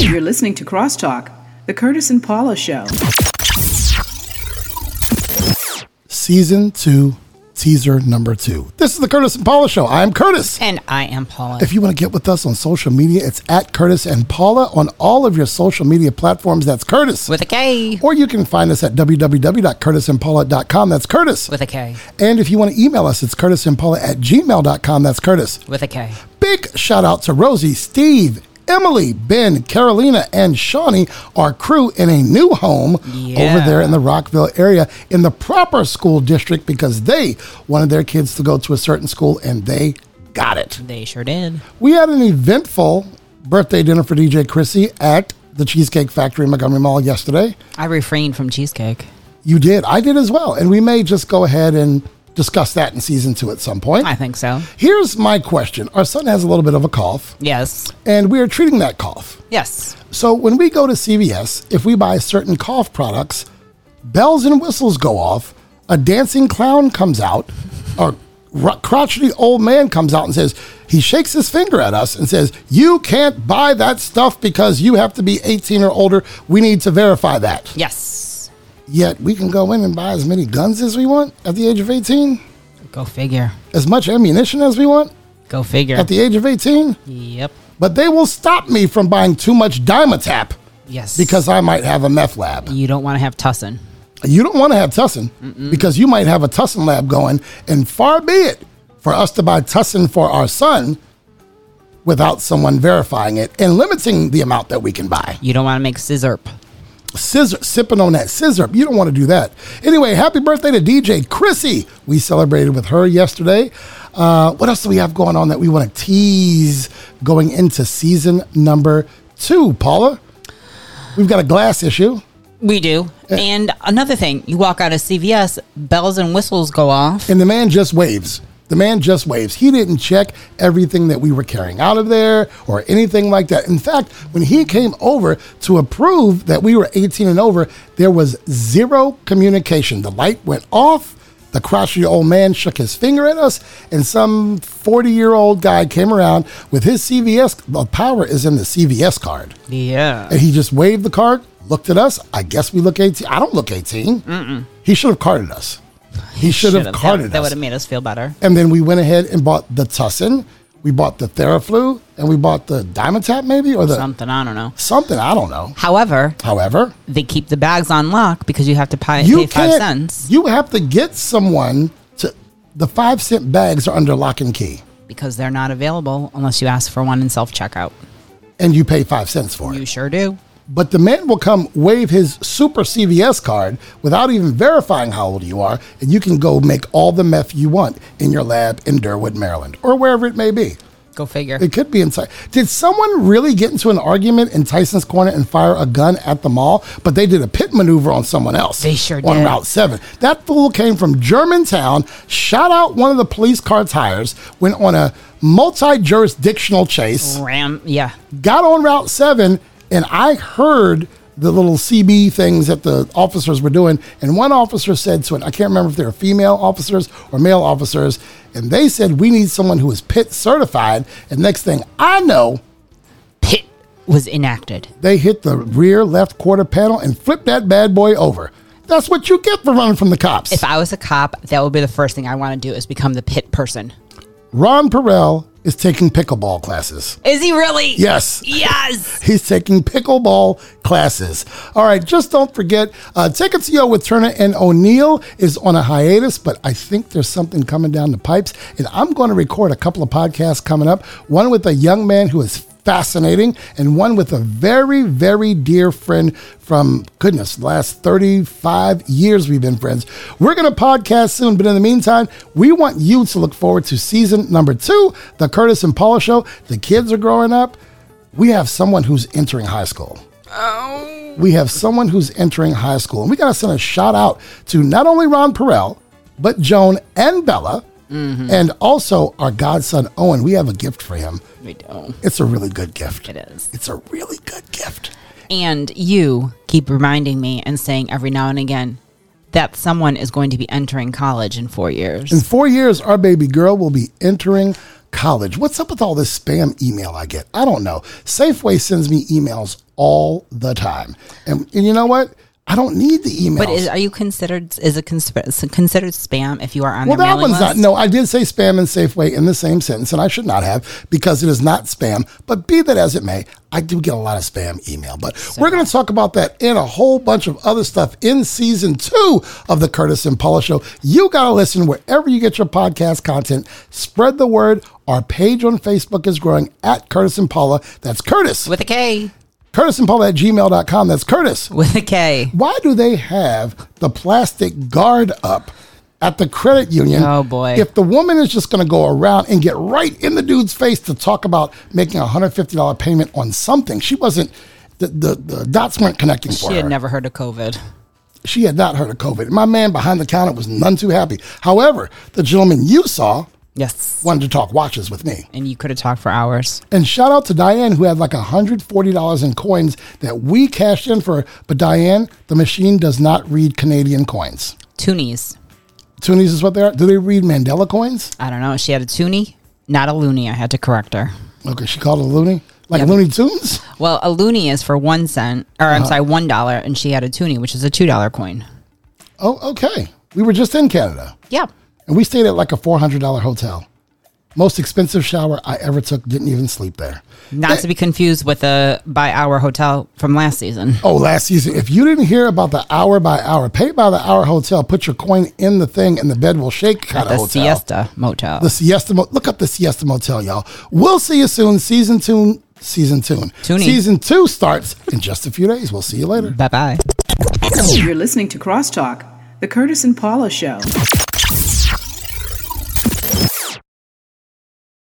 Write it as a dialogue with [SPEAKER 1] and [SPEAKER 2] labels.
[SPEAKER 1] You're listening to Crosstalk, the Curtis and Paula Show.
[SPEAKER 2] Season two, teaser number two. This is the Curtis and Paula Show. I'm Curtis.
[SPEAKER 3] And I am Paula.
[SPEAKER 2] If you want to get with us on social media, it's at Curtis and Paula on all of your social media platforms. That's Curtis.
[SPEAKER 3] With a K.
[SPEAKER 2] or you can find us at www.curtisandpaula.com. That's Curtis.
[SPEAKER 3] With a K.
[SPEAKER 2] And if you want to email us, it's curtisandpaula at gmail.com. That's Curtis.
[SPEAKER 3] With a K.
[SPEAKER 2] Big shout out to Rosie, Steve, Emily, Ben, Carolina, and Shawnee, our crew in a new home
[SPEAKER 3] Yeah.
[SPEAKER 2] over there in the Rockville area in the proper school district because they wanted their kids to go to a certain school and they got it.
[SPEAKER 3] They sure did.
[SPEAKER 2] We had an eventful birthday dinner for DJ Chrissy at the Cheesecake Factory in Montgomery Mall yesterday.
[SPEAKER 3] I refrained from cheesecake.
[SPEAKER 2] You did. I did as well. And we may just go ahead and discuss that in season two at some point.
[SPEAKER 3] I think so.
[SPEAKER 2] Here's my question Our son has a little bit of a cough,
[SPEAKER 3] Yes.
[SPEAKER 2] and we are treating that cough.
[SPEAKER 3] Yes.
[SPEAKER 2] So when we go to CVS, if we buy certain cough products, bells and whistles go off, a dancing clown comes out, a r- crotchety old man comes out and says, he shakes his finger at us and says, You can't buy that stuff because you have to be 18 or older. We need to verify that.
[SPEAKER 3] Yes.
[SPEAKER 2] Yet we can go in and buy as many guns as we want at the age of 18,
[SPEAKER 3] Go figure.
[SPEAKER 2] as much ammunition as we want
[SPEAKER 3] Go figure.
[SPEAKER 2] at the age of 18,
[SPEAKER 3] yep.
[SPEAKER 2] but they will stop me from buying too much Dimetapp
[SPEAKER 3] Yes.
[SPEAKER 2] because I might have a meth lab.
[SPEAKER 3] you don't want to have tussin.
[SPEAKER 2] You don't want to have Tussin because you might have a Tussin lab going, and far be it for us to buy Tussin for our son without someone verifying it and limiting the amount that we can buy.
[SPEAKER 3] You don't want to make scissorp.
[SPEAKER 2] Scissor, sipping on that scissor. You don't want to do that. Anyway, happy birthday to DJ Chrissy. We celebrated with her yesterday. Uh, what else do we have going on that we want to tease going into season number two, Paula? We've got a glass issue.
[SPEAKER 3] We do. And another thing, you walk out of CVS, bells and whistles go off.
[SPEAKER 2] And the man just waves. The man just waves. He didn't check everything that we were carrying out of there or anything like that. In fact, when he came over to approve that we were 18 and over, there was zero communication. The light went off. The crotchety old man shook his finger at us, and some 40 year old guy came around with his CVS. The power is in the CVS card.
[SPEAKER 3] Yeah.
[SPEAKER 2] And he just waved the card, looked at us. I guess we look 18. I don't look 18. He should have carded us. He should have carded
[SPEAKER 3] That, that
[SPEAKER 2] us.
[SPEAKER 3] would have made us feel better.
[SPEAKER 2] And then we went ahead and bought the Tussin. We bought the Theraflu and we bought the Dimetapp maybe or the
[SPEAKER 3] Something, I don't know.
[SPEAKER 2] something. I don't know.
[SPEAKER 3] However,
[SPEAKER 2] However,
[SPEAKER 3] they keep the bags on lock because you have to pay,
[SPEAKER 2] you
[SPEAKER 3] pay five
[SPEAKER 2] can't.
[SPEAKER 3] cents
[SPEAKER 2] You have to get someone to. The five cent bags are under lock and key,
[SPEAKER 3] because they're not available unless you ask for one in self checkout.
[SPEAKER 2] and you pay five cents for it.
[SPEAKER 3] You sure do.
[SPEAKER 2] But the man will come wave his super CVS card without even verifying how old you are, and you can go make all the meth you want in your lab in Durwood, Maryland, or wherever it may be.
[SPEAKER 3] Go figure.
[SPEAKER 2] It could be inside. Did someone really get into an argument in Tyson's Corner and fire a gun at the mall? But they did a pit maneuver on someone else.
[SPEAKER 3] They sure
[SPEAKER 2] on
[SPEAKER 3] did.
[SPEAKER 2] Route Seven. That fool came from Germantown, shot out one of the police car tires, went on a multi-jurisdictional chase,
[SPEAKER 3] Ram, yeah.
[SPEAKER 2] got on Route Seven, and I heard. The little CB things that the officers were doing. And one officer said to it, I can't remember if they were female officers or male officers, and they said, We need someone who is PIT certified. And next thing I know,
[SPEAKER 3] Pit was enacted.
[SPEAKER 2] they hit the rear left quarter panel and flipped that bad boy over. That's what you get for running from the cops.
[SPEAKER 3] If I was a cop, that would be the first thing I want to do is become the pit person.
[SPEAKER 2] Ron Perel is taking pickleball classes.
[SPEAKER 3] Is he really?
[SPEAKER 2] Yes.
[SPEAKER 3] Yes.
[SPEAKER 2] He's taking pickleball classes. All right, just don't forget, uh, Tickets Yo with Turner and O'Neill is on a hiatus, but I think there's something coming down the pipes. And I'm going to record a couple of podcasts coming up one with a young man who is fascinating, and one with a very, very dear friend from, goodness, last 35 years we've been friends. We're going to podcast soon, but in the meantime, we want you to look forward to season number two, The Curtis and Paula Show. The kids are growing up we have someone who's entering high school. Oh. We have someone who's entering high school. And we got to send a shout out to not only Ron Perel, but Joan and Bella,
[SPEAKER 3] Mm-hmm.
[SPEAKER 2] and also our godson, Owen. We have a gift for him.
[SPEAKER 3] We do.
[SPEAKER 2] It's a really good gift.
[SPEAKER 3] It is.
[SPEAKER 2] It's a really good gift.
[SPEAKER 3] And you keep reminding me and saying every now and again that someone is going to be entering college in four years.
[SPEAKER 2] In four years, our baby girl will be entering college. What's up with all this spam email I get? I don't know. Safeway sends me emails all the time. And, and you know what? I don't need the emails.
[SPEAKER 3] But is, are you considered is it consp- considered spam if you are on
[SPEAKER 2] Well,
[SPEAKER 3] their
[SPEAKER 2] that
[SPEAKER 3] mailing
[SPEAKER 2] one's not.
[SPEAKER 3] list?
[SPEAKER 2] No, I did say spam and Safeway in the same sentence, and I should not have because it is not spam. But be that as it may, I do get a lot of spam email. But we're going to talk about that and a whole bunch of other stuff in season two of the Curtis and Paula Show. You got to listen wherever you get your podcast content. Spread the word. Our page on Facebook is growing at Curtis and Paula. That's Curtis.
[SPEAKER 3] with a K.
[SPEAKER 2] Curtis and Paula at gmail.com. That's Curtis
[SPEAKER 3] With a K.
[SPEAKER 2] why do they have the plastic guard up at the credit union?
[SPEAKER 3] Oh, boy.
[SPEAKER 2] If the woman is just going to go around and get right in the dude's face to talk about making a hundred fifty dollar payment on something, she wasn't. The, the, the dots weren't connecting for
[SPEAKER 3] She had
[SPEAKER 2] her.
[SPEAKER 3] never heard of COVID.
[SPEAKER 2] she had not heard of COVID. My man behind the counter was none too happy. However, the gentleman you saw
[SPEAKER 3] Yes.
[SPEAKER 2] wanted to talk watches with me.
[SPEAKER 3] And you could have talked for hours.
[SPEAKER 2] And shout out to Diane, who had like $140 in coins that we cashed in for. But Diane, the machine does not read Canadian coins.
[SPEAKER 3] Toonies.
[SPEAKER 2] Toonies is what they are. Do they read Mandela coins?
[SPEAKER 3] I don't know. She had a toonie, not a loony. I had to correct her.
[SPEAKER 2] Okay, she called it a loony, like
[SPEAKER 3] Yeah.
[SPEAKER 2] Looney Tunes.
[SPEAKER 3] Well, a loony is for one cent, or I'm sorry, one dollar, and she had a toonie, which is a two dollar coin.
[SPEAKER 2] Oh, okay. We were just in Canada,
[SPEAKER 3] Yeah.
[SPEAKER 2] and we stayed at like a four hundred dollar hotel. Most expensive shower I ever took. Didn't even sleep there.
[SPEAKER 3] Not to be confused with the by hour hotel from last season.
[SPEAKER 2] Oh, last season. If you didn't hear about the hour by hour, pay by the hour hotel, put your coin in the thing, and the bed will shake kind of
[SPEAKER 3] At the
[SPEAKER 2] hotel.
[SPEAKER 3] Siesta Motel.
[SPEAKER 2] The Siesta. Mo- look up the Siesta Motel, y'all. We'll see you soon. Season two. Season two.
[SPEAKER 3] Toonie.
[SPEAKER 2] Season two starts in just a few days. We'll see you later.
[SPEAKER 3] bye bye.
[SPEAKER 1] You're listening to Crosstalk, the Curtis and Paula Show.